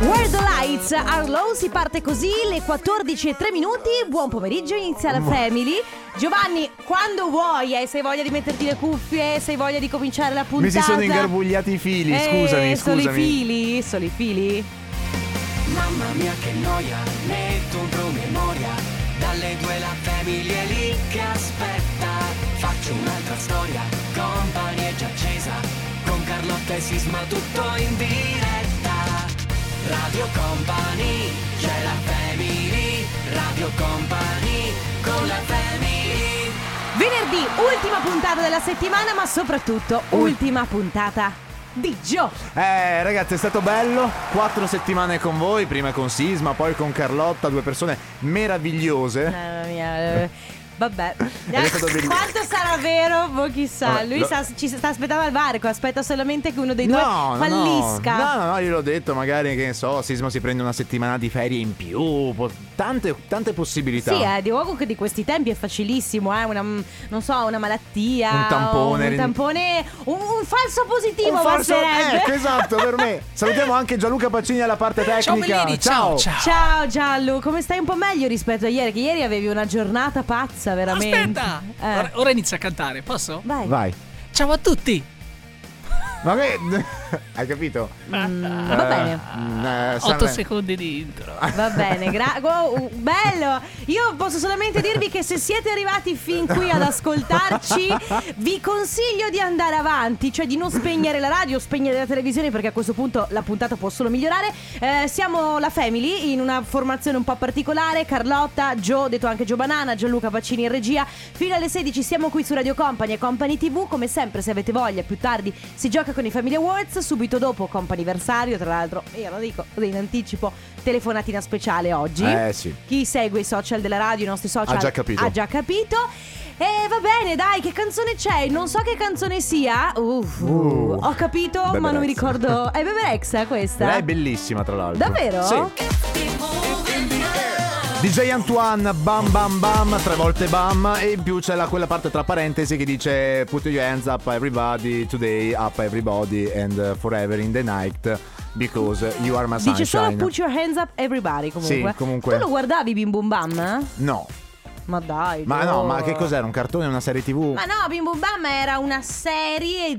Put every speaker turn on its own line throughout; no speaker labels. Where the lights are low si parte così le 14 e 3 minuti. Buon pomeriggio, inizia la family. Giovanni, quando vuoi, eh, se hai voglia di metterti le cuffie, se hai voglia di cominciare la puntata.
Mi si sono ingarbugliati i fili, scusami,
eh, Solo i
scusami.
fili, solo i fili.
Mamma mia che noia, metto un promemoria Dalle due la famiglia è lì che aspetta Faccio un'altra storia, company è già accesa Con Carlotta e Sisma tutto in diretta Radio Company, c'è la family Radio Company, con la family
Venerdì, ultima puntata della settimana, ma soprattutto ultima puntata di Gio.
Eh, ragazzi, è stato bello. Quattro settimane con voi, prima con Sisma, poi con Carlotta, due persone meravigliose.
Mamma mia. eh, Vabbè,
Ed è stato bellissimo.
quanto sarà vero? Boh, chissà.
Vabbè,
Lui
lo-
sta- ci sta- aspettava il varco. Aspetta solamente che uno dei Eh, due
No, no,
fallisca.
No, no, no, io l'ho detto, magari che ne so, Sisma si prende una settimana di ferie in più, po- tante, tante possibilità.
Sì, eh, di uomo che di questi tempi è facilissimo, eh, una, mm, non so, una malattia,
Un tampone,
un, tampone, un, un falso positivo
Un falso-
basterebbe.
ecco, esatto, per me. Salutiamo anche Gianluca Pacini alla parte tecnica.
Bellini, ciao, ciao.
Ciao Giallo, come stai un po' meglio rispetto a ieri? Che ieri avevi una giornata pazza, veramente.
Aspetta,
Eh,
ora, ora inizia a cantare, posso?
vai.
Vai.
Ciao a tutti
Ma che... Hai capito?
Mm,
Eh.
va bene.
Otto secondi di intro
Va bene, grazie. bello! Io posso solamente dirvi che se siete arrivati fin qui ad ascoltarci, vi consiglio di andare avanti, cioè di non spegnere la radio, spegnere la televisione, perché a questo punto la puntata può solo migliorare. Eh, siamo la Family in una formazione un po' particolare. Carlotta, Gio, detto anche Gio Banana, Gianluca Pacini in regia. Fino alle 16 siamo qui su Radio Company e Company TV. Come sempre, se avete voglia, più tardi si gioca con i Family Awards. Subito dopo Companiversario, tra l'altro, io lo dico in anticipo, telefonatina speciale oggi.
Eh sì.
Chi segue i social della radio, i nostri social,
Ha già capito.
ha già capito. E va bene, dai, che canzone c'è? Non so che canzone sia. Uff,
Uh.
ho capito,
Bebe
ma non mi
Rex.
ricordo. È Bebe Rex eh, questa?
Lei è bellissima, tra l'altro.
Davvero?
Sì. DJ Antoine, bam bam bam, tre volte bam, e in più c'è la- quella parte tra parentesi che dice Put your hands up everybody, today up everybody and uh, forever in the night, because you are my
Dice solo
sunshine.
put your hands up everybody comunque.
Sì, comunque.
Tu lo guardavi Bim Bum Bam? eh?
no,
Ma dai.
ma
Gio.
no, ma che cos'era? Un cartone, una serie tv?
Ma no, Bim Bum Bam era una serie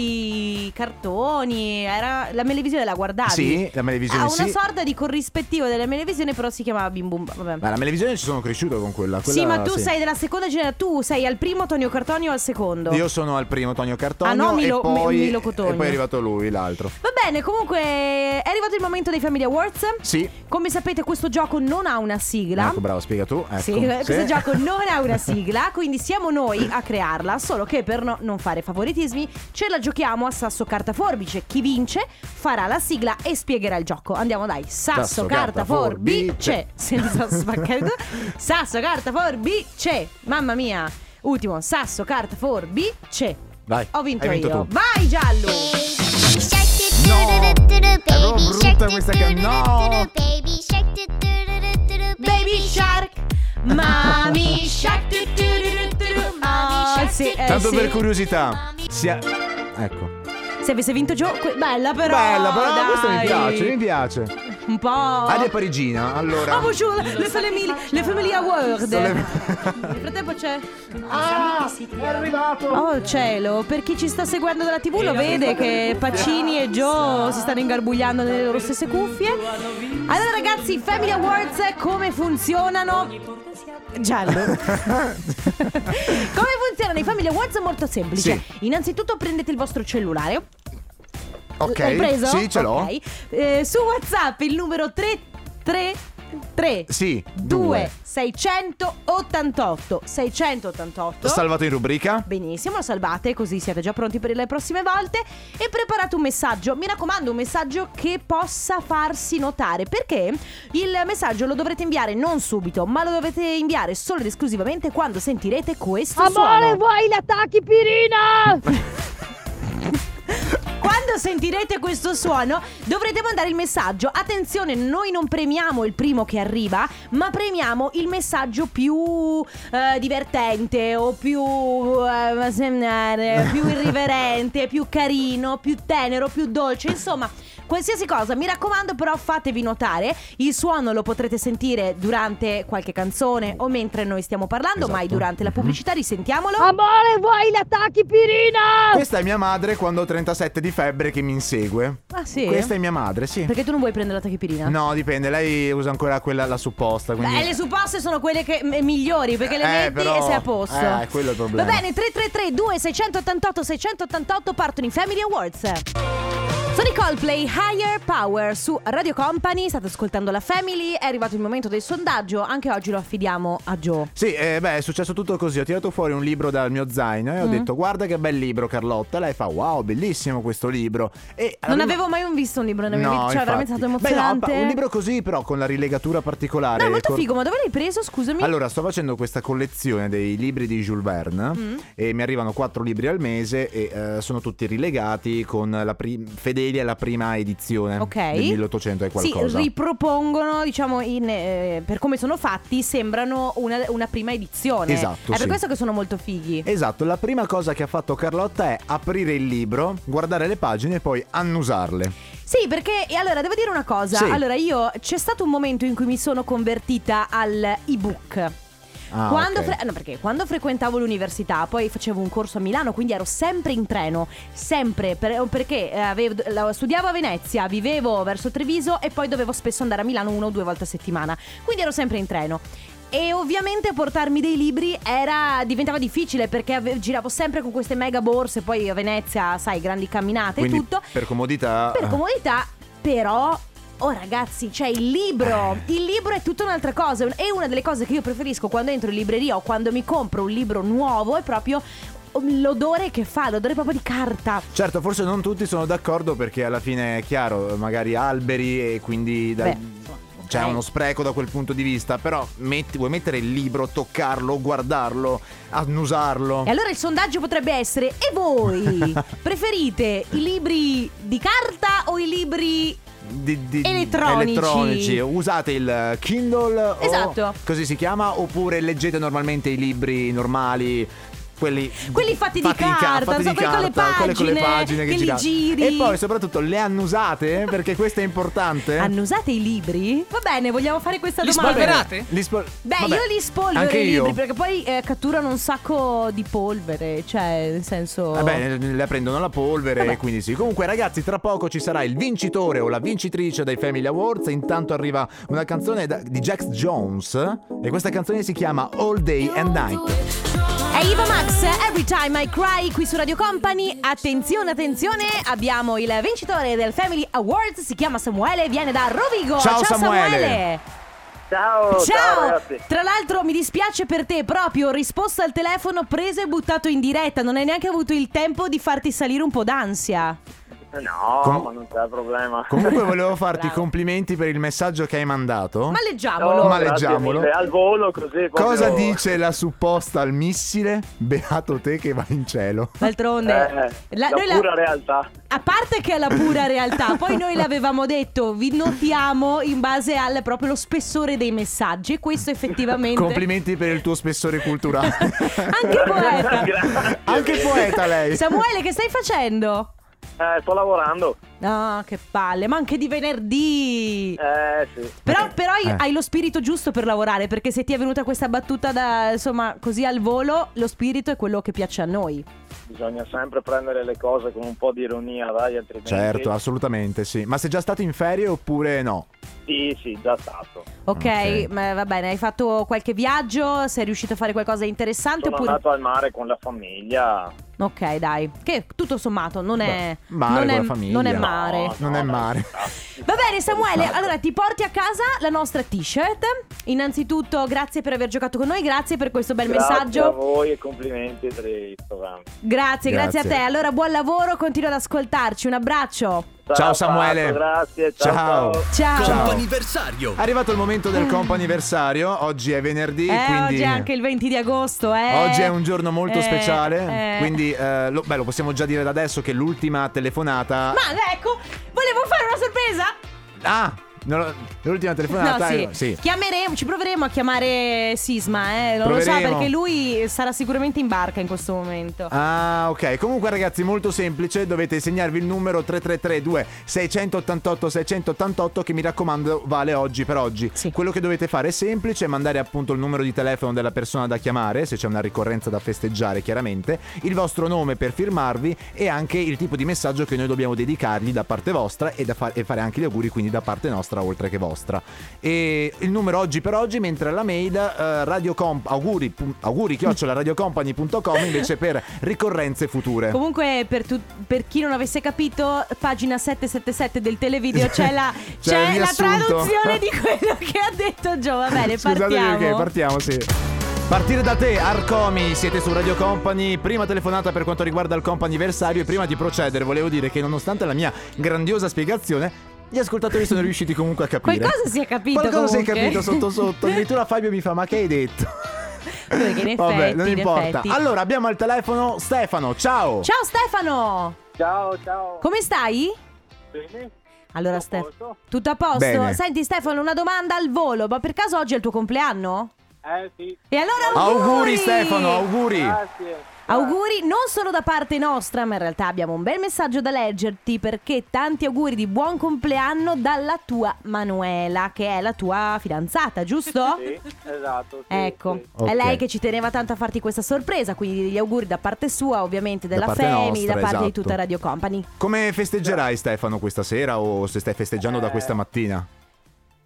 di cartoni. Era la televisione la guardavi.
Sì, la televisione
Ha
sì.
Ah, una sorta di corrispettivo della televisione, però si chiamava Bim Bum Bam. Vabbè.
Ma la televisione ci sono cresciuto con quella.
sì,
quella-
ma tu sei della seconda generazione. Tu sei al primo Tonio Cartoni o al secondo?
Io sono al primo Tonio Cartone
Ah, no, Milo-
e poi,
Mi- Milo Cotogno.
e poi è arrivato lui, l'altro.
Va bene, comunque è arrivato il momento dei Family Awards.
Sì.
Come sapete, questo gioco non ha una sigla.
Ecco, bravo, spiega tu. Ecco.
Sì, eh, questo gioco non ha una sigla, quindi siamo noi a crearla, solo che per no- non fare favoritismi ce la giochiamo a sasso carta forbice. Chi vince farà la sigla e spiegherà il gioco. Andiamo dai, sasso,
Sasso,
carta,
carta,
forbice.
forbice.
Senza spaccare tutto. Sasso carta forbice. Mamma mia. Ultimo, sasso carta forbice.
Vai,
Ho vinto,
hai vinto
io.
tu.
Vai giallo.
No, è
No,
proprio brutta questa che- no.
Baby Shark. Mami Shark. tu, tu, tu, tu, tu. Oh, sì, eh,
Tanto
sì.
per curiosità, sia... ecco.
Se avesse vinto Gio, que- bella però.
Bella, però
dai. Oh.
questa mi piace, Ah, mi piace.
Un po'.
Aria parigina, allora.
Oh, bonjour, le family, le family award.
le-
Nel frattempo c'è.
Ah, è arrivato.
Oh cielo, per chi ci sta seguendo dalla TV lo vede che Pacini e Joe si stanno ingarbugliando nelle loro stesse cuffie. Allora ragazzi, Family Awards come funzionano? Giallo. come funzionano i Family Awards? È molto semplice. Innanzitutto prendete il vostro cellulare.
Ok.
L'hai preso?
Sì, ce l'ho.
Ok. Eh, su WhatsApp il numero 333
Sì,
2
due.
688 688.
Salvato in
Oh.
rubrica.
Benissimo, lo salvate così siete già pronti per le prossime volte e preparate un messaggio. Mi raccomando, un messaggio che possa farsi notare perché il messaggio lo dovrete inviare non subito, ma lo dovete inviare solo ed esclusivamente quando sentirete questo
Amore,
suono.
vuoi l'attacchi pirina?
Quando quando sentirete questo suono dovrete mandare il messaggio. Attenzione, noi non premiamo il primo che arriva, ma premiamo il messaggio più eh, divertente o più, eh, sem- eh, più irriverente, più carino, più tenero, più dolce. Insomma, qualsiasi cosa. Mi raccomando, però fatevi notare. Il suono lo potrete sentire durante qualche canzone o mentre noi stiamo parlando,
Esatto.
mai durante la pubblicità. Risentiamolo.
Amore, vuoi l'attacchi pirina?
Questa è mia madre quando ho 37 di febbre che mi insegue.
Ah, sì?
Questa è mia madre, sì.
Perché tu non vuoi prendere la tachipirina?
No, dipende, lei usa ancora quella la supposta, quindi
Beh, le supposte sono quelle che, m- migliori perché le
Eh,
metti
però-
e sei a posto.
eh, quello è il problema.
Va bene, 333 2688 688 partono i Family Awards. Sono i Coldplay Higher Power su Radio Company, state ascoltando la Family, è arrivato il momento del sondaggio, anche oggi lo affidiamo a Joe.
Sì, eh, beh, è successo tutto così. Ho tirato fuori un libro dal mio zaino
Mm.
e ho detto "Guarda che bel libro, Carlotta". Lei fa "Wow, bellissimo questo libro". E
Non
arriva-
avevo mai visto un libro nella mia
No,
vita, cioè
infatti.
veramente è stato
Beh, no,
emozionante.
pa- un libro così però con la rilegatura particolare.
No, è molto
Cor-
figo, ma dove l'hai preso? Scusami.
Allora, sto facendo questa collezione dei libri di Jules Verne
Mm.
e mi arrivano quattro libri al mese e eh, sono tutti rilegati con la pri- fedeli alla prima edizione
Ok.
Eh, del 1800 e
Sì,
qualcosa.
ripropongono, diciamo, in, eh, per come sono fatti, sembrano una, una prima edizione.
Esatto,
È
sì.
per questo che sono molto fighi.
Esatto, la prima cosa che ha fatto Carlotta è aprire il libro, guardare le pagine e poi annusarle.
Sì, perché e allora devo dire una cosa.
Sì.
Allora, io c'è stato un momento in cui mi sono convertita al ebook.
Ah,
quando
ok.
fre- no, perché quando frequentavo l'università, poi facevo un corso a Milano, quindi ero sempre in treno, sempre per- perché eh, avevo- la- studiavo a Venezia, vivevo verso Treviso e poi dovevo spesso andare a Milano una o due volte a settimana, quindi ero sempre in treno. E ovviamente portarmi dei libri era, diventava difficile perché ave- giravo sempre con queste mega borse, poi a Venezia, sai, grandi camminate
Quindi
e tutto.
per comodità
Per comodità, però. Oh ragazzi, c'è il libro!
Eh.
Il libro è tutta un'altra cosa. È una delle cose che io preferisco quando entro in libreria o quando mi compro un libro nuovo è proprio um, l'odore che fa, l'odore proprio di carta.
Certo, forse non tutti sono d'accordo perché alla fine è chiaro, magari alberi e quindi da-
Beh, insomma,
c'è
ok.
uno spreco da quel punto di vista, però metti- vuoi mettere il libro, toccarlo, guardarlo, annusarlo.
Eh. E allora il sondaggio potrebbe essere: e voi preferite i libri di carta o i libri
Eh. Di- di-
Elettronici.
elettronici. Usate il Kindle o-
Esatto.
così si chiama oppure leggete normalmente i libri normali. Quelli,
Quelli fatti di
in ca-
carta,
fatti
so,
di
quelli con le
carta, quelli con le
pagine,
pagine che,
che li
girate.
giri.
E poi soprattutto le annusate perché questo è importante.
annusate i libri? Va bene, vogliamo fare questa
Li
domanda.
spolverate?
Li spol-
Beh,
Vabbè,
io li spolvero
Anche
i libri
io.
perché poi eh, catturano un sacco di polvere, cioè nel senso...
Vabbè, le prendono la polvere e quindi sì. Comunque, ragazzi, tra poco ci sarà il vincitore o la vincitrice dei Family Awards. Intanto arriva una canzone da- di Jax Jones. E questa canzone si chiama All Day and Night.
È Iva Max, Every Time I Cry qui su Radio Company. Attenzione, attenzione, abbiamo il vincitore del Family Awards, si chiama Samuele, viene da Rovigo.
Ciao, Samuele.
Ciao, ciao, ragazzi.
Tra l'altro mi dispiace per te, proprio risposta al telefono presa e buttato in diretta, non hai neanche avuto il tempo di farti salire un po' d'ansia.
No,
Com-
ma non c'è problema.
Comunque, volevo farti i
Bravo.
complimenti per il messaggio che hai mandato.
Ma
No,
leggiamolo.
Ma
grazie
leggiamolo.
mille. Al volo così. proprio-
Cosa dice la supposta al missile? Beato te che vai in cielo.
D'altronde,
Eh, la,
la- noi la-
pura realtà.
A parte che è la pura realtà, poi noi l'avevamo detto, vi notiamo in base al proprio lo spessore dei messaggi. E questo effettivamente.
Complimenti per il tuo spessore culturale.
Anche poeta.
Grazie.
Anche poeta lei.
Samuele, che stai facendo?
Eh, sto lavorando.
No, che palle, ma anche di venerdì.
Eh, sì.
Però, però hai-
Eh.
hai lo spirito giusto per lavorare, perché se ti è venuta questa battuta da, insomma, così al volo, lo spirito è quello che piace a noi.
Bisogna sempre prendere le cose con un po' di ironia, dai, altrimenti...
Certo, assolutamente sì. Ma sei già stato in ferie oppure no?
Sì, sì, già stato.
Ok,
Ok.
ma va bene, hai fatto qualche viaggio, sei riuscito a fare qualcosa di interessante
Sono
oppure...
andato al mare con la famiglia.
Ok, dai. Che tutto sommato non è.
Beh, mare
non,
con
è
la famiglia.
non è
No. Esatto.
mare.
Non è
dai,
mare.
sta.
Va bene, Samuele. Allora ti porti a casa la nostra t-shirt. Innanzitutto, grazie per aver giocato con noi. Grazie per questo bel
Grazie a
messaggio.
voi e complimenti per il programma.
Grazie, grazie,
Grazie.
a te. Allora, buon lavoro. Continua ad ascoltarci. Un abbraccio.
Ciao, Samuele.
Pato, grazie, ciao.
Ciao.
ciao.
Ciao.
Comp'anniversario.
È arrivato il momento del comp'anniversario, oggi è venerdì,
Mm. Eh,
quindi
oggi è anche il 20 di agosto. Eh.
oggi è un giorno molto
Eh,
speciale,
eh.
quindi quindi eh, lo, beh, lo possiamo già dire da adesso che l'ultima telefonata...
Ma ecco, volevo fare una sorpresa.
Ah! non lo- l'ultima
No,
telefonata...
sì.
è- Ah, sì.
Chiameremo, ci proveremo a chiamare Sisma, eh. Non lo so
Proveremo.
perché lui sarà sicuramente in barca in questo momento.
Ah, ok. Comunque, ragazzi, molto semplice. Dovete segnarvi il numero 3332 688 688 che mi raccomando vale oggi per oggi.
Sì.
Quello che dovete fare è semplice, mandare appunto il numero di telefono della persona da chiamare, se c'è una ricorrenza da festeggiare, chiaramente, il vostro nome per firmarvi e anche il tipo di messaggio che noi dobbiamo dedicargli da parte vostra e, da fa- e fare anche gli auguri quindi da parte nostra oltre che vostra. E il numero oggi per oggi, mentre la mail eh, radiocomp- auguri, pun- auguri radiocompany.com invece per ricorrenze future.
Comunque, per, tu- per chi non avesse capito, pagina 777 del televideo c'è la,
C'è il
c'è la
riassunto.
traduzione di quello che ha detto Gio. Va bene,
Scusate
partiamo.
perché, partiamo, sì. Partire da te, Arcomi, siete su Radio Company, prima telefonata per quanto riguarda il comp'anniversario e prima di procedere volevo dire che nonostante la mia grandiosa spiegazione, gli ascoltatori sono riusciti comunque a capire.
Qualcosa si è capito
Qualcosa si è
comunque.
capito sotto sotto, addirittura Fabio mi fa ma che hai detto?
Perché in
Vabbè,
effetti,
non
in
importa.
effetti.
Allora, abbiamo al telefono Stefano, ciao!
Ciao Stefano,
Ciao, ciao.
come stai?
Bene?
Allora,
Tutto a
Stefano,
posto?
tutto a posto?
Bene.
Senti, Stefano, una domanda al volo. Ma per caso oggi è il tuo compleanno?
Eh sì,
E allora auguri!
Auguri, Stefano, auguri!
grazie.
Auguri non solo da parte nostra, ma in realtà abbiamo un bel messaggio da leggerti perché tanti auguri di buon compleanno dalla tua Manuela, che è la tua fidanzata, giusto?
Sì, esatto. sì,
Ecco,
sì.
Ok.
è lei che ci teneva tanto a farti questa sorpresa, quindi gli auguri da parte sua, ovviamente della
parte
Femi,
nostra,
da parte di
esatto.
tutta Radio Company.
Come festeggerai Stefano questa sera o se stai festeggiando da
Eh.
questa mattina?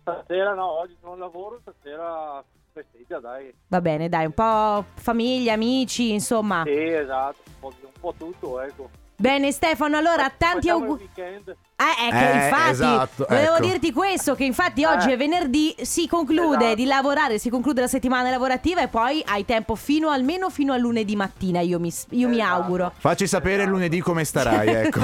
Stasera no, oggi non lavoro, stasera festeggia, dai.
Va bene, dai, un po' famiglia, amici, insomma.
Sì, esatto, un po', un po' tutto, ecco.
Bene Stefano, allora
Facciamo
tanti
il
auguri.
weekend.
Eh, ecco,
Eh,
infatti,
esatto,
volevo
ecco.
dirti questo, che infatti oggi
Eh.
è venerdì, si conclude
Esatto.
di lavorare, si conclude la settimana lavorativa e poi hai tempo fino almeno fino a lunedì mattina, io mi, io mi
Esatto.
auguro.
Facci sapere lunedì come starai, ecco.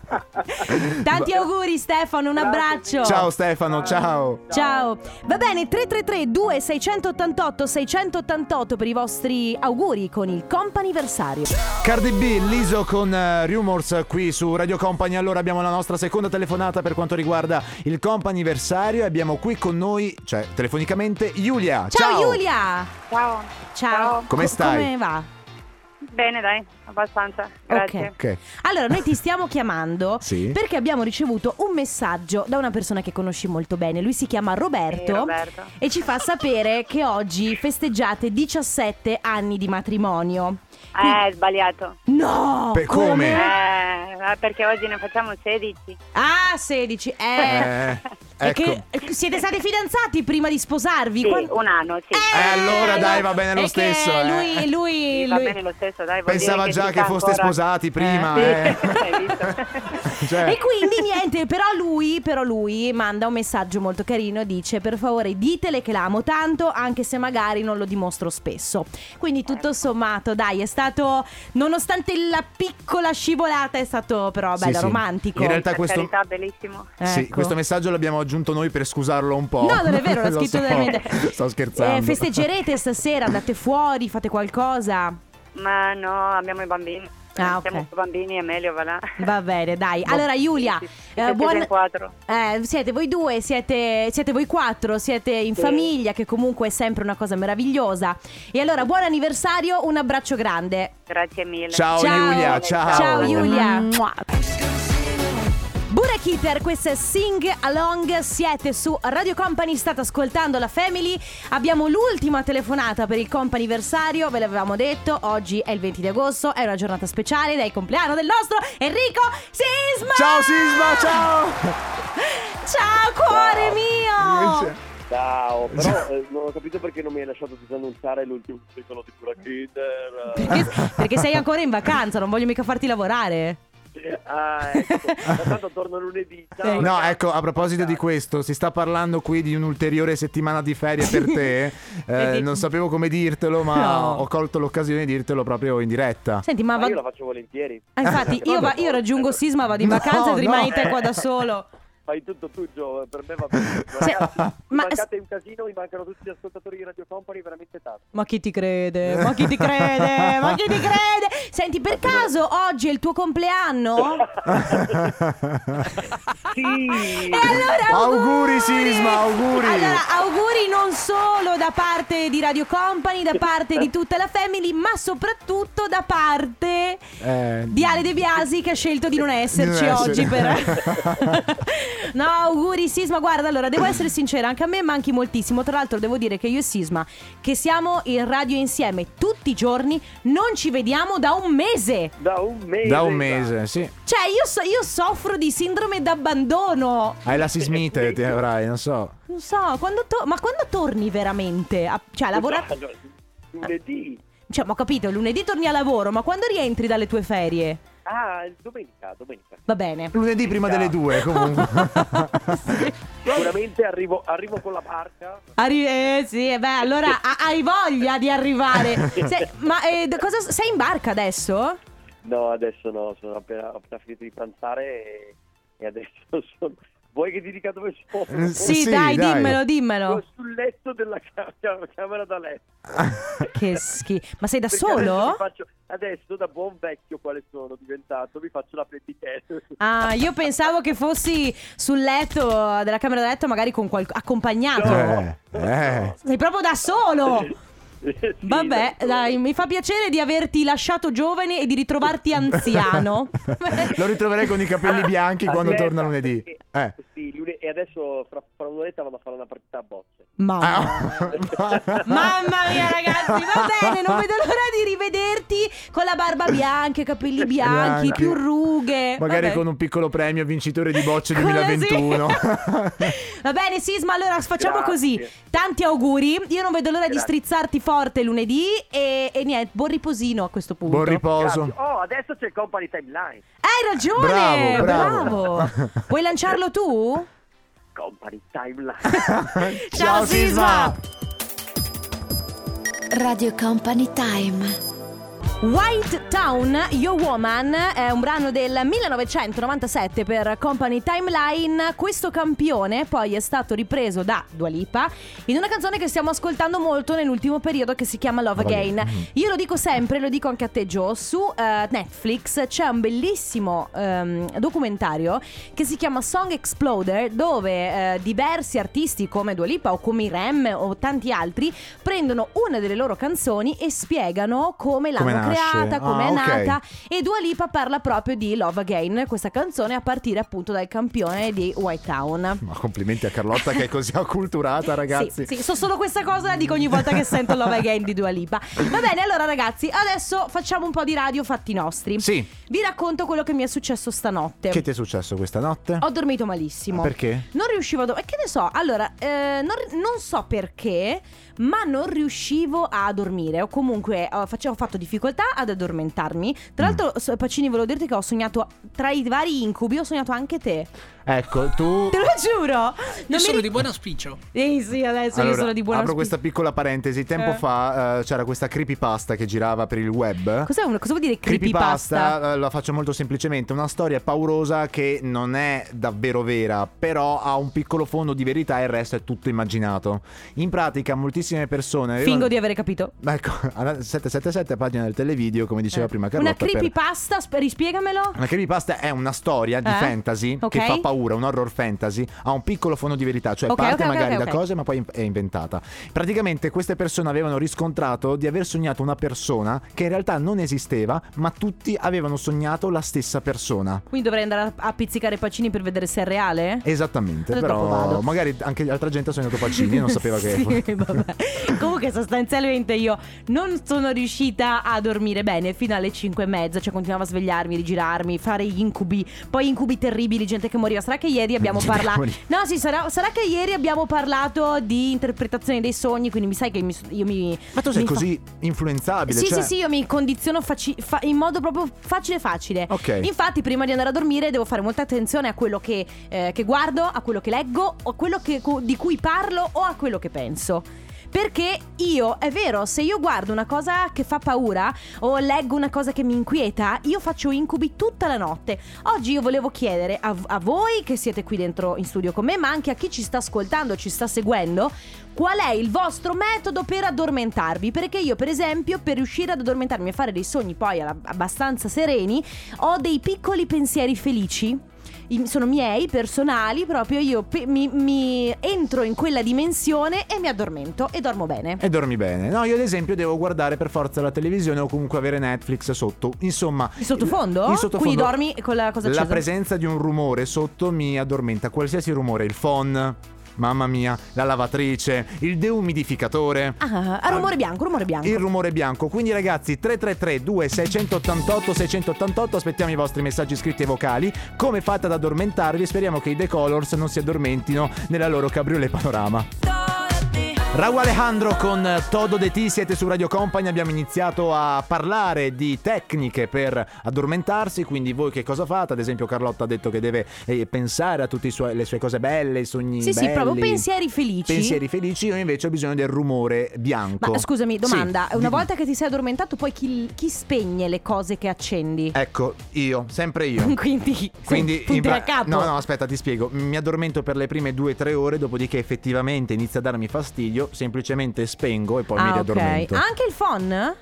Tanti auguri Stefano, un
Grazie
abbraccio.
mille.
Ciao Stefano, ciao.
Ciao. Va bene, 333 2688 688 per i vostri auguri con il comp'anniversario.
Cardi B, Liso con eh, Rumors qui su Radio Company. Allora abbiamo la nostra seconda telefonata per quanto riguarda il comp'anniversario e abbiamo qui con noi, cioè telefonicamente, Giulia.
Ciao, Giulia.
Ciao.
Ciao.
Come
Co-
stai?
Come va?
Bene, dai, abbastanza. Grazie.
Ok.
Ok. Eh,
Allora, noi ti stiamo chiamando
Sì.
perché abbiamo ricevuto un messaggio da una persona che conosci molto bene. Lui si chiama Roberto,
Sì, Eh, Roberto.
e ci fa sapere che oggi festeggiate 17 anni di matrimonio.
Eh, sbagliato.
No!
Per come?
Eh, perché oggi ne facciamo 16.
Ah, 16. Eh.
Eh,
E
ecco.
che- eh, siete stati fidanzati prima di sposarvi?
Sì,
Quan-
un anno, sì.
Eh,
Eh, allora dai,
no.
va bene lo
È che
stesso, eh.
Lui, lui,
Sì, va
lui-
bene lo stesso, dai. vuol
Pensava
dire
già
si
che
sa
foste
ancora.
sposati prima,
Sì,
eh.
hai visto?
Cioè-
E quindi niente, però lui, però lui manda un messaggio molto carino e dice per favore ditele che l'amo tanto anche se magari non lo dimostro spesso. Quindi tutto sommato dai è stato, nonostante la piccola scivolata è stato però
Sì,
bello
sì.
romantico.
In realtà
Per
questo-
carità, bellissimo.
Sì,
Ecco.
questo messaggio l'abbiamo aggiunto noi per scusarlo un po'.
No, non è vero, l'ha
Lo
scritto
so.
veramente.
Sto scherzando.
Eh, festeggerete stasera, andate fuori, fate qualcosa.
Ma no, abbiamo i bambini.
Ah, ok.
Siamo bambini, è meglio, va là.
Va bene, dai. Allora Giulia,
Sì, sì, sì,
eh,
siete
buon-
in quattro.
Eh, siete voi due, siete, siete voi quattro, siete in
Sì.
famiglia, che comunque è sempre una cosa meravigliosa. E allora, buon anniversario, un abbraccio grande.
Grazie mille.
Ciao, Giulia, ciao.
Ciao Giulia. Bura Kitter, questo è Sing Along, siete su Radio Company, state ascoltando la Family, abbiamo l'ultima telefonata per il comp'anniversario, ve l'avevamo detto, oggi è il 20 di agosto, è una giornata speciale, ed è il compleanno del nostro Enrico Sisma!
Ciao Sisma, ciao.
Ciao cuore mio!
Ciao, però eh, non ho capito perché non mi hai lasciato disannunciare l'ultimo titolo di Pura Kinder. eh.
Perché, perché sei ancora in vacanza, non voglio mica farti lavorare.
Ah, ecco. Tanto torno lunedì. Ciao,
No,
ragazzi.
ecco, a proposito di questo, si sta parlando qui di un'ulteriore settimana di ferie per te. Eh,
Vedi?
non sapevo come dirtelo, ma
No.
ho colto l'occasione di dirtelo proprio in diretta.
Senti, ma,
Ma
va-
io la faccio volentieri.
Ah, infatti io, va- io raggiungo Sisma, vado in
No,
vacanza e tu rimani
no.
te qua da solo.
Fai tutto tu, Gio, per me va bene.
Se-
Ragazzi, mi
ma-
mancate un casino, mi mancano tutti gli ascoltatori di Radio Company, veramente tanto.
Ma chi ti crede? Ma chi ti crede? Ma chi ti crede? Senti, per caso oggi è il tuo compleanno? Ah,
Sì!
E allora
Auguri, Sisma, auguri.
Allora, auguri non solo da parte di Radio Company, da parte di tutta la family, ma soprattutto da parte
Eh,
di Ale De Biasi che ha scelto di non esserci
Di non
oggi
essere.
per... no, auguri Sisma, guarda, allora devo essere sincera, anche a me manchi moltissimo. Tra l'altro devo dire che io e Sisma che siamo in radio insieme tutti i giorni, non ci vediamo da un mese.
Da un mese.
da un mese, sì.
Cioè, io, so- io soffro di sindrome d'abbandono.
Hai la sismite, ti avrai, non so.
Non so, quando to- ma quando torni veramente? A- cioè, lavora-
Esatto, Lunedì.
Cioè, ma ho capito, lunedì torni a lavoro, ma quando rientri dalle tue ferie?
Ah, domenica, domenica.
Va bene.
Lunedì prima delle due, comunque.
Sicuramente arrivo, arrivo con la barca.
Arri- eh, sì, eh, beh, allora ha- hai voglia di arrivare. Sei- ma eh, d- cosa, sei in barca adesso?
No, adesso no, sono appena, ho appena finito di pranzare e, e adesso sono... Vuoi che ti dica dove sono?
Sì, Eh, sì,
dai,
dai.
dimmelo,
Sono
dimmelo.
sul letto della ca- ca- camera da letto.
Che schifo. Ma sei da
Perché adesso
solo?
mi faccio- Adesso da buon vecchio quale sono diventato, mi faccio la pendichella.
Ah, io pensavo che fossi sul letto della camera da letto, magari con qualcuno accompagnato.
Eh, eh.
Sei proprio da Cioè, solo.
Sì,
Vabbè,
da-
dai, mi fa piacere di averti lasciato giovane e di ritrovarti anziano.
Lo ritroverei con i capelli bianchi quando
Aspetta,
torna lunedì.
perché-
Eh.
Sì, lune- e adesso fra, fra un'oretta vado a fare una partita a bocce.
Mamma.
Ah.
Mamma mia ragazzi, va bene, non vedo l'ora di rivederti con la barba bianca, i capelli bianchi,
Bianchi.
più rughe.
Magari
Vabbè.
con un piccolo premio vincitore di bocce
Come
2021.
sì. Va bene Sisma, allora facciamo
Grazie.
così. Tanti auguri, io non vedo l'ora di
Grazie.
strizzarti forte lunedì e, e niente, buon riposino a questo punto.
Buon riposo.
Grazie. Oh, adesso c'è il company timeline.
Hai ragione,
Bravo, bravo.
bravo. Vuoi lanciarlo tu?
Company timeline.
Ciao, Sisma.
Radio Company Time.
White Town, Yo Woman è un brano del 1997 per Company Timeline. Questo campione poi è stato ripreso da Dua Lipa in una canzone che stiamo ascoltando molto nell'ultimo periodo che si chiama Love
Love
Again.
Again. Mm.
Io lo dico sempre, lo dico anche a te Gio, su eh, Netflix c'è un bellissimo ehm, documentario che si chiama Song Exploder dove eh, diversi artisti come Dua Lipa o come i Rem o tanti altri prendono una delle loro canzoni e spiegano come l'hanno
Come nasce.
creata, come
Ah,
è
ok.
nata e Dua Lipa parla proprio di Love Again, questa canzone a partire appunto dal campione di White Town.
Ma complimenti a Carlotta che è così acculturata, ragazzi.
Sì, sì, so solo questa cosa la dico ogni volta che sento Love Again di Dua Lipa. Va bene, allora ragazzi, adesso facciamo un po' di radio fatti nostri.
Sì.
Vi racconto quello che mi è successo stanotte.
Che ti è successo questa notte?
Ho dormito malissimo.
Perché?
Non riuscivo a dormire. Che ne so? Allora, eh, non, non so perché, ma non riuscivo a dormire. O comunque eh, face- ho fatto difficoltà ad addormentarmi. Tra l'altro,
Mm.
so- Pacini, volevo dirti che ho sognato tra i vari incubi, ho sognato anche te.
Ecco, tu
Te lo giuro!
Io
Non
sono
mi
di buon auspicio.
Eh sì, adesso io
Allora,
sono di buona
apro
spi-
questa piccola parentesi. Tempo
Eh.
fa eh, c'era questa creepypasta che girava per il web.
Cos'è un- cosa vuol dire creepypasta?
Creepypasta, eh, la faccio molto semplicemente, una storia paurosa che non è davvero vera, però ha un piccolo fondo di verità e il resto è tutto immaginato. In pratica moltissime persone...
Fingo di aver capito.
Ecco, alla 777 pagina del televideo, come diceva
Eh.
prima Carlotta.
Una
per-
creepypasta, sp- rispiegamelo.
una creepypasta è una storia di
Eh?
fantasy
Ok.
che fa paura, un horror fantasy, ha un piccolo fondo di verità, cioè
Ok,
parte
ok, ok,
magari
ok,
da
ok.
cose ma poi in- è inventata. Praticamente queste persone avevano riscontrato di aver sognato una persona che in realtà non esisteva, ma tutti avevano sognato la stessa persona.
Quindi dovrei andare a, a pizzicare Pacini per vedere se è reale?
Eh, Esattamente,
Allora dopo
però
vado.
magari anche altra gente ha sognato Pacini e non sapeva che...
Sì, vabbè. Comunque sostanzialmente io non sono riuscita a dormire bene fino alle 5 e mezza, cioè continuavo a svegliarmi, rigirarmi, fare gli incubi, poi incubi terribili, gente che moriva. Sarà che ieri abbiamo
Gente che
parlato...
moriva.
No, sì, sarà, sarà che ieri abbiamo parlato di interpretazione dei sogni, quindi mi sai che mi so- io mi...
Ma tu sei
mi fa-
così influenzabile,
Sì,
cioè...
sì, sì, io mi condiziono faci- fa- in modo proprio facile facile.
Ok.
Infatti, prima di andare a dormire, devo fare molta attenzione a quello che, eh, che guardo, a quello che leggo, o a quello che- co- di cui parlo o a quello che penso. Perché io, è vero, se io guardo una cosa che fa paura o leggo una cosa che mi inquieta, io faccio incubi tutta la notte. Oggi io volevo chiedere a, a voi che siete qui dentro in studio con me, ma anche a chi ci sta ascoltando, ci sta seguendo, qual è il vostro metodo per addormentarvi? Perché io, per esempio, per riuscire ad addormentarmi e fare dei sogni poi alla- abbastanza sereni, ho dei piccoli pensieri felici. I- Sono miei, personali, proprio io pe- mi, mi entro in quella dimensione e mi addormento e dormo bene.
E dormi bene. No, io ad esempio devo guardare per forza la televisione o comunque avere Netflix sotto. Insomma,
In sottofondo?
in sottofondo-
Quindi dormi con la cosa accesa.
la presenza di un rumore sotto mi addormenta. Qualsiasi rumore, il phon, mamma mia, la lavatrice, il deumidificatore.
Ah, ah, rumore bianco, rumore bianco.
Il rumore bianco. Quindi ragazzi, 333 2688 688 aspettiamo i vostri messaggi scritti e vocali. Come fate ad addormentarvi? Speriamo che i The Colors non si addormentino nella loro cabriolet panorama. Raul Alejandro con Todo de Ti, siete su Radio Company, abbiamo iniziato a parlare di tecniche per addormentarsi, quindi voi che cosa fate? Ad esempio Carlotta ha detto che deve eh, pensare a tutte i suoi- le sue cose belle, i sogni
Sì, sì,
belli.
proprio pensieri felici.
Pensieri felici, io invece ho bisogno del rumore bianco.
Ma scusami, domanda,
Sì,
una
dimmi.
volta che ti sei addormentato poi chi, chi spegne le cose che accendi?
Ecco, io, sempre io.
Quindi,
Quindi
punti
pra-
a capo.
No, no, aspetta, ti spiego. Mi addormento per le prime 2-3 ore, dopodiché effettivamente inizia a darmi fastidio, semplicemente spengo e poi mi
Ah, ok.
riaddormento.
Anche il phon?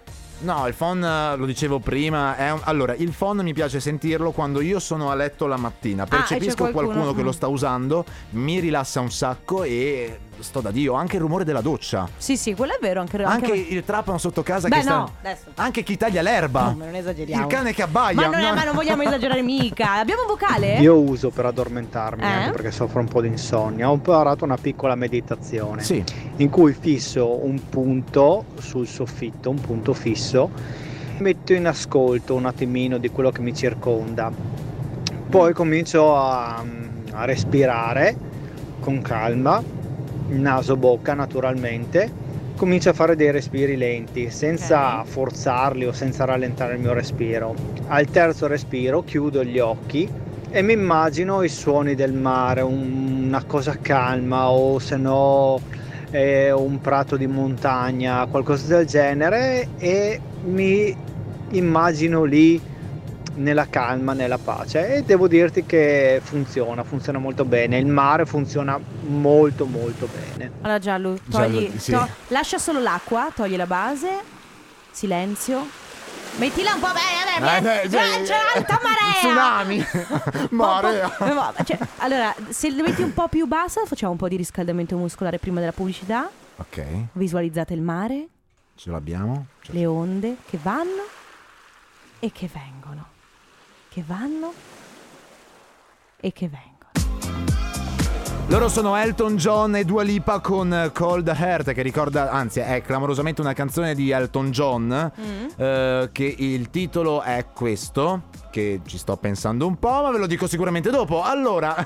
No, il phon eh, lo dicevo prima, è un- allora, il phon mi piace sentirlo quando io sono a letto la mattina,
Ah, c'è
percepisco qualcuno.
qualcuno. Mm.
che lo sta usando, mi rilassa un sacco e sto da Dio, anche il rumore della doccia,
Sì, sì, quello è vero. Anche,
anche, il trapano sotto casa
Beh,
che sta
no, adesso.
Anche chi taglia l'erba.
No, ma non esageriamo.
Il cane che abbaia.
Ma, non,
no.
ma non vogliamo esagerare mica. Abbiamo un vocale?
Io uso per addormentarmi
Eh?
anche perché soffro un po' di insonnia. Ho imparato una piccola meditazione
Sì.
in cui fisso un punto sul soffitto, un punto fisso, metto in ascolto un attimino di quello che mi circonda. Poi comincio a, mm, a respirare con calma, naso-bocca naturalmente. Comincio a fare dei respiri lenti senza
Ok.
forzarli o senza rallentare il mio respiro. Al terzo respiro chiudo gli occhi e mi immagino i suoni del mare, un- una cosa calma o se no eh, un prato di montagna, qualcosa del genere e mi immagino lì nella calma, nella pace e devo dirti che funziona, funziona molto bene, il mare funziona molto molto bene.
Allora, Giallo,
Giallo,
togli.
sì.
to- lascia solo l'acqua, togli la base. Silenzio. Mettila un po' bene.
Eh, eh,
bene.
sì.
C'è c'è alta marea.
Tsunami.
Marea.
Marea.
Cioè, allora, se le metti un po' più bassa, facciamo un po' di riscaldamento muscolare prima della pubblicità.
Ok,
Visualizzate il mare,
ce l'abbiamo. Ce-
le onde che vanno e che vengono. Che vanno e che vengono.
Loro sono Elton John e Dua Lipa con Cold Heart che ricorda, anzi è clamorosamente una canzone di Elton John eh, che il titolo è questo, che ci sto pensando un po' ma ve lo dico sicuramente dopo. Allora...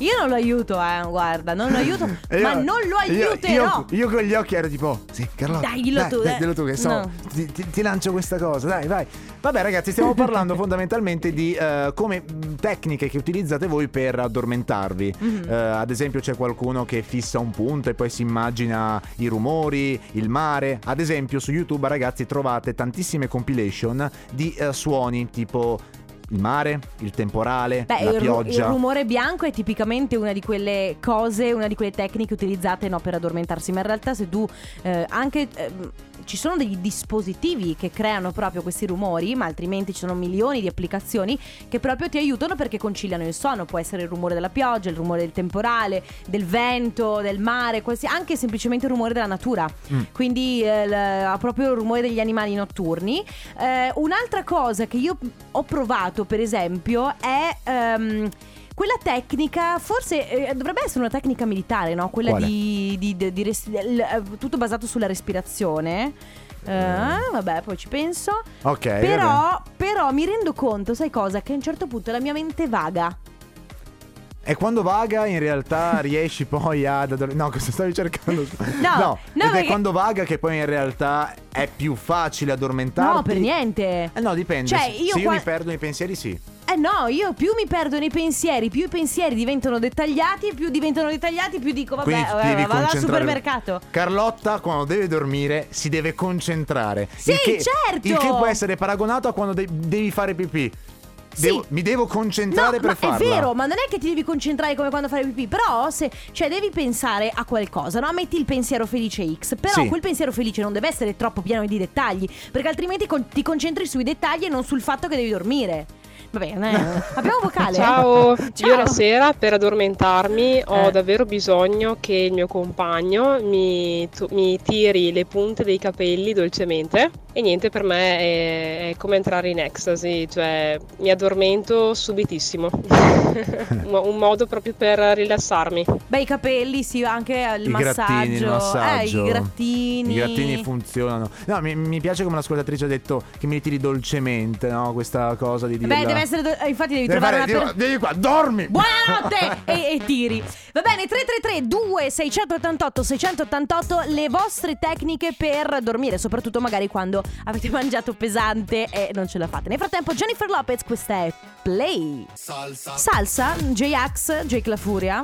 Io non lo aiuto, eh, guarda, non lo aiuto,
Io-
ma non lo
io-
aiuterò.
Io, io con gli occhi ero tipo, sì, Carlotta.
Dai, dillo tu, dai."
dillo tu che so.
No.
Ti, ti- ti lancio questa cosa, dai, vai. Vabbè, ragazzi, stiamo parlando fondamentalmente di eh, come mh, tecniche che utilizzate voi per addormentarvi.
Mhm.
Eh, ad esempio, c'è qualcuno che fissa un punto e poi si immagina i rumori, il mare. Ad esempio, su YouTube, ragazzi, trovate tantissime compilation di eh, suoni tipo. Il mare, il temporale,
Beh,
la
il, ru- il
pioggia.
rumore bianco è tipicamente una di quelle cose, una di quelle tecniche utilizzate no, per addormentarsi, ma in realtà se tu eh, anche... ehm, ci sono degli dispositivi che creano proprio questi rumori, ma altrimenti ci sono milioni di applicazioni che proprio ti aiutano perché conciliano il sonno. Può essere il rumore della pioggia, il rumore del temporale, del vento, del mare, qualsi- anche semplicemente il rumore della natura.
Mm.
Quindi eh, il- ha proprio il rumore degli animali notturni. Eh, un'altra cosa che io ho provato, per esempio, è. ehm, quella tecnica, forse eh, dovrebbe essere una tecnica militare, no? Quella
Quale?
di, di- di- di res- del- eh, tutto basato sulla respirazione. Eh,
Mm.
vabbè, poi ci penso.
Ok, vabbè.
Però, però mi rendo conto, sai cosa? Che a un certo punto la mia mente vaga.
E quando vaga in realtà riesci poi ad addor- No, cosa stavi cercando?
no,
ed è
perché-
quando vaga che poi in realtà è più facile addormentarti.
No, per niente.
Eh no, dipende.
Cioè,
Se-
io
Se io
qua-
mi perdo nei pensieri, sì.
Eh no, io più mi perdo nei pensieri, più i pensieri diventano dettagliati, più diventano dettagliati, più dico vabbè,
Quindi ti devi
vabbè vado al
concentrare.
supermercato.
Carlotta quando deve dormire si deve concentrare.
Sì,
Il che-
certo!
Il che può essere paragonato a quando de- devi fare pipì.
Sì.
Devo- Mi devo
No,
concentrare per
ma
farla.
è vero, ma non è che ti devi concentrare come quando fai pipì, però se cioè devi pensare a qualcosa, no? Metti il pensiero felice X, però
Sì.
quel pensiero felice non deve essere troppo pieno di dettagli, perché altrimenti con- ti concentri sui dettagli e non sul fatto che devi dormire. Va bene, abbiamo vocale.
Ciao,
Ciao.
io la sera per addormentarmi ho
Eh.
davvero bisogno che il mio compagno mi, tu- mi tiri le punte dei capelli dolcemente e niente, per me è, è come entrare in ecstasy, cioè mi addormento subitissimo. un, mo- un modo proprio per rilassarmi.
Beh, i capelli, sì, anche il
I
massaggio.
grattini, il massaggio.
Eh, i grattini.
I grattini funzionano. No, mi, mi piace come l'ascoltatrice ha detto che mi tiri dolcemente, no? Questa cosa di dire.
Beh, deve essere. do- eh, Infatti, devi trovare una per-
Devi qua, dormi!
Buonanotte e, e tiri. Va bene, 333 2688 688 le vostre tecniche per dormire, soprattutto magari quando avete mangiato pesante e non ce la fate. Nel frattempo Jennifer Lopez, questa è Play. Salsa. Salsa, J-Ax, Jake La Furia.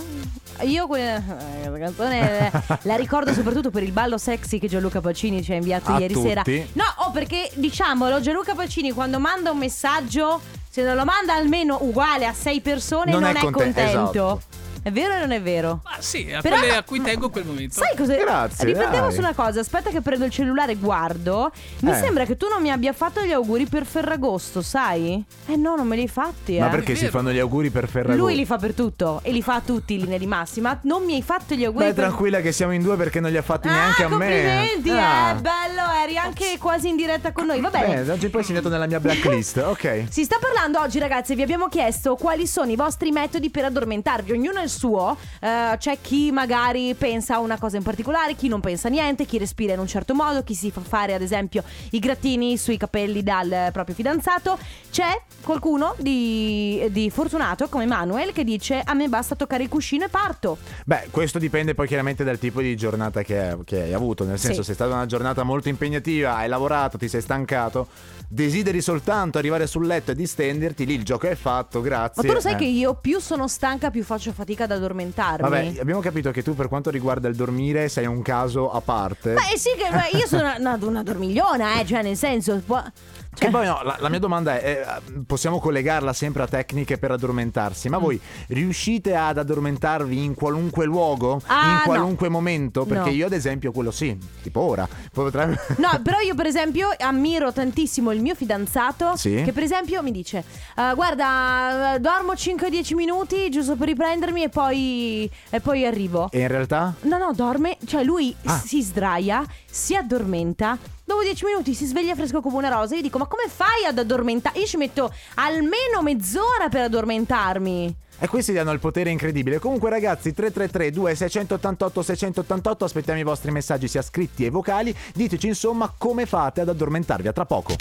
Io que- eh, questa canzone eh, la ricordo soprattutto per il ballo sexy che Gianluca Pacini ci ha inviato
A
ieri
tutti.
sera. No, oh, perché diciamolo, Gianluca Pacini quando manda un messaggio, se non lo manda almeno uguale a sei persone, non,
Non
è,
è conte-
contento.
esatto.
È vero o non è vero?
Ma sì, a
Però-
quelle a cui tengo in quel momento.
Sai cosa?
Grazie,
Riflettevo
dai.
su una cosa, aspetta che prendo il cellulare e guardo. Mi
Eh.
sembra che tu non mi abbia fatto gli auguri per Ferragosto, sai? Eh no, non me li hai fatti.
Ma
eh.
perché si
vero.
fanno gli auguri per Ferragosto?
Lui li fa per tutto e li fa a tutti in linea di massima. Non mi hai fatto gli auguri
Beh,
per
tranquilla che siamo in due perché non li ha fatti neanche
Ah,
a me.
complimenti,
Ah.
eh, bello, eri anche quasi in diretta con noi. Va bene.
Beh, da oggi in poi sei andato nella mia blacklist, ok.
Si sta parlando oggi, ragazzi. Vi abbiamo chiesto quali sono i vostri metodi per addormentarvi. Ognuno il suo. Eh, c'è chi magari pensa a una cosa in particolare, chi non pensa a niente, chi respira in un certo modo, chi si fa fare, ad esempio, i grattini sui capelli dal eh, proprio fidanzato. C'è qualcuno di, di fortunato come Manuel che dice: A me basta toccare il cuscino e parto.
Beh, questo dipende poi chiaramente dal tipo di giornata che, che hai avuto. Nel senso,
Sì.
se è stata una giornata molto impegnativa, hai lavorato, ti sei stancato, desideri soltanto arrivare sul letto e distenderti, lì il gioco è fatto, grazie.
Ma tu lo sai
eh.
che io più sono stanca, più faccio fatica ad addormentarmi.
Vabbè, abbiamo capito che tu per quanto riguarda il dormire sei un caso a parte.
Ma eh sì, che ma io sono una, una dormigliona, eh, cioè nel senso. può-
Che
cioè-
poi no, la, la mia domanda è, eh, possiamo collegarla sempre a tecniche per addormentarsi,
Mm.
ma voi riuscite ad addormentarvi in qualunque luogo?
Ah,
in
no.
qualunque momento? Perché
No.
io ad esempio quello sì, tipo ora, potrebbe...
No, però io per esempio ammiro tantissimo il mio fidanzato
Sì.
che per esempio mi dice "Ah, guarda eh, dormo 5-10 minuti giusto per riprendermi e poi, e poi arrivo.
E in realtà?
No, no, dorme, cioè lui
Ah.
si sdraia, si addormenta, dopo 10 minuti si sveglia fresco come una rosa. Io dico ma come fai ad addormentare? Io ci metto almeno mezz'ora per addormentarmi.
E questi danno il potere incredibile. Comunque ragazzi, 333 2688 688, aspettiamo i vostri messaggi sia scritti e vocali, diteci insomma come fate ad addormentarvi a tra poco.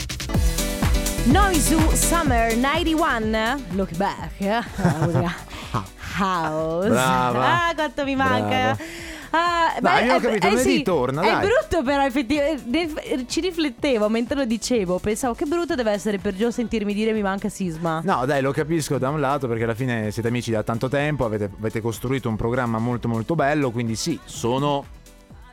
Noizu Summer 91 Look back eh, alla musica House
Ah. Brava.
Ah quanto mi manca
Brava.
Ah,
Dai,
beh,
abbiamo
eh,
capito,
eh,
lunedì
sì,
torna,
È
dai.
brutto però effettivamente Ci riflettevo mentre lo dicevo Pensavo che brutto deve essere per Gio sentirmi dire mi manca Sisma Eh,
No, dai, lo capisco da un lato perché alla fine siete amici da tanto tempo, avete, avete costruito un programma molto molto bello, quindi sì, sono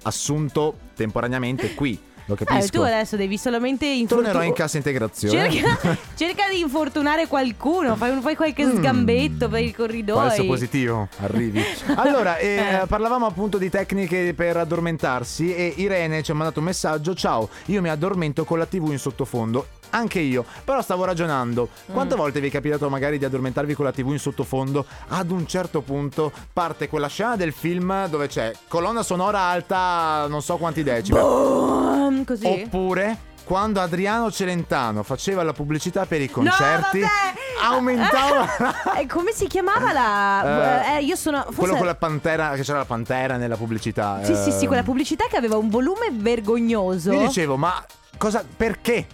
assunto temporaneamente qui, lo
Eh,
capisco.
tu adesso devi solamente infortunare
Tornerò in cassa integrazione.
cerca, cerca di infortunare qualcuno Fai, un- fai qualche
Mm.
sgambetto per il corridoio
Falso positivo, arrivi. Allora, eh, parlavamo appunto di tecniche per addormentarsi e Irene ci ha mandato un messaggio, ciao, io mi addormento con la tv in sottofondo. Anche io, però stavo ragionando.
Mm.
Quante volte vi è capitato magari di addormentarvi con la TV in sottofondo? Ad un certo punto parte quella scena del film dove c'è colonna sonora alta, non so quanti decimi.
Boh, Boom, Così
Oppure quando Adriano Celentano faceva la pubblicità per i concerti,
No, vabbè.
aumentava.
Eh, Come si chiamava la.
Eh,
eh, io sono. Forse...
Quello con la pantera, che c'era la pantera nella pubblicità.
Sì, sì, sì,
ehm.
quella pubblicità che aveva un volume vergognoso.
Io dicevo, ma cosa, perché?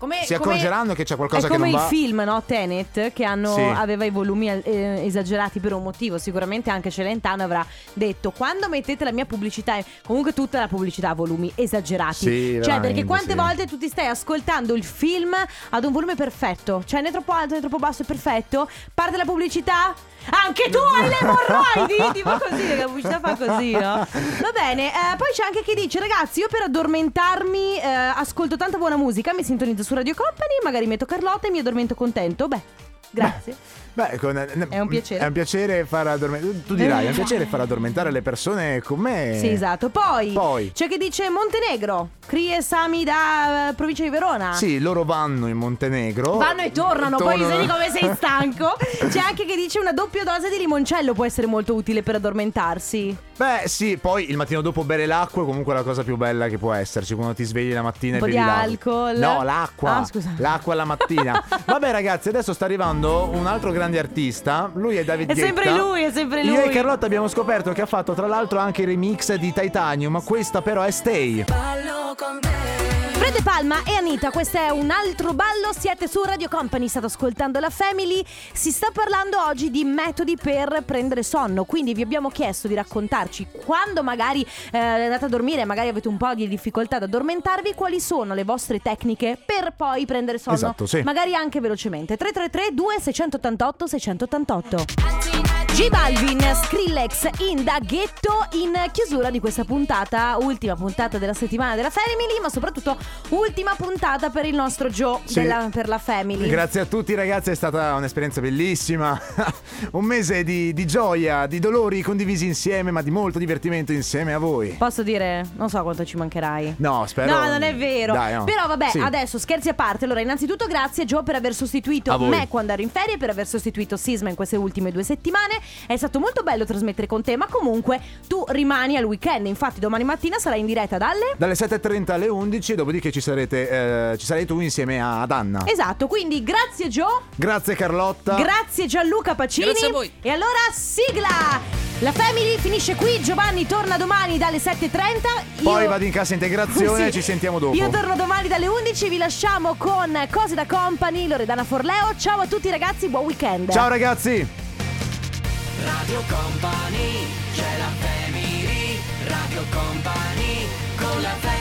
Come-
si
Eh, come-
accorgeranno che c'è qualcosa
è
che
come
non
il
va.
film, no? Tenet, che hanno-
Sì.
aveva i volumi eh, esagerati per un motivo. Sicuramente anche Celentano avrà detto: quando mettete la mia pubblicità, comunque tutta la pubblicità a volumi esagerati.
Sì,
cioè,
veramente,
perché quante
sì.
volte tu ti stai ascoltando il film ad un volume perfetto? Cioè, né troppo alto né troppo basso è perfetto. Parte la pubblicità. Anche tu hai le emorroidi! tipo così, perché la pubblicità fa così, no? Va bene, eh, poi c'è anche chi dice ragazzi io per addormentarmi eh, ascolto tanta buona musica, mi sintonizzo su Radio Company, magari metto Carlotta e mi addormento contento. Beh, grazie.
Beh, con- eh,
È un piacere. Eh.
È un piacere far addormentare. Tu dirai, è un piacere far addormentare le persone con me.
Sì, esatto. Poi,
eh. Poi.
c'è chi dice Montenegro, Crie Sami da eh, provincia di Verona.
Sì, loro vanno in Montenegro.
Vanno e tornano, poi
Oh, Tornano.
vedi come sei stanco. C'è anche chi dice una doppia dose di limoncello può essere molto utile per addormentarsi.
Beh, sì, poi il mattino dopo bere l'acqua è comunque la cosa più bella che può esserci. Quando ti svegli la mattina
Un po'
e
di
bevi l'acqua.
alcol.
No, l'acqua.
Ah, scusa.
L'acqua la mattina. Vabbè, ragazzi, adesso sta arrivando un altro grande artista. Lui è David
È
Guetta.
sempre lui, è sempre
Io e
lui.
Carlotta abbiamo scoperto che ha fatto tra l'altro anche il remix di Titanium, ma questa però è Stay.
Prete Palma e Anita, questo è un altro ballo, siete su Radio Company, state ascoltando la Family, si sta parlando oggi di metodi per prendere sonno, quindi vi abbiamo chiesto di raccontarci quando magari eh, andate a dormire, magari avete un po' di difficoltà ad addormentarvi, quali sono le vostre tecniche per poi prendere sonno,
Esatto, sì.
magari anche velocemente. 333 2688 688 G Balvin, Skrillex, Inda, Ghetto in chiusura di questa puntata, ultima puntata della settimana della Family, ma soprattutto ultima puntata per il nostro Joe
Sì.
della- per la Family.
Grazie a tutti ragazzi, è stata un'esperienza bellissima. un mese di, di gioia, di dolori condivisi insieme, ma di molto divertimento insieme a voi.
Posso dire, non so quanto ci mancherai.
No, spero.
No, non è vero.
Dai, no.
Però vabbè,
Sì.
adesso scherzi a parte. Allora, innanzitutto grazie Joe per aver
A
sostituito
voi.
me quando ero in ferie, per aver sostituito Sisma in queste ultime due settimane. È stato molto bello trasmettere con te, ma comunque tu rimani al weekend. Infatti domani mattina sarai in diretta dalle...
Dalle 7.30 alle 11, dopodiché ci, sarete, eh, ci sarai tu insieme ad Anna.
Esatto, quindi grazie Joe,
Grazie Carlotta.
grazie Gianluca Pacini.
Grazie a voi.
E allora sigla! La Family finisce qui, Giovanni torna domani dalle 7.30.
Poi
Io-
vado in cassa integrazione
Sì.
ci sentiamo dopo.
Io torno domani dalle 11, vi lasciamo con Cose da Company, Loredana Forleo. Ciao a tutti ragazzi, buon weekend.
Ciao ragazzi.
Radio Company, c'è la family, Radio Company, con la family.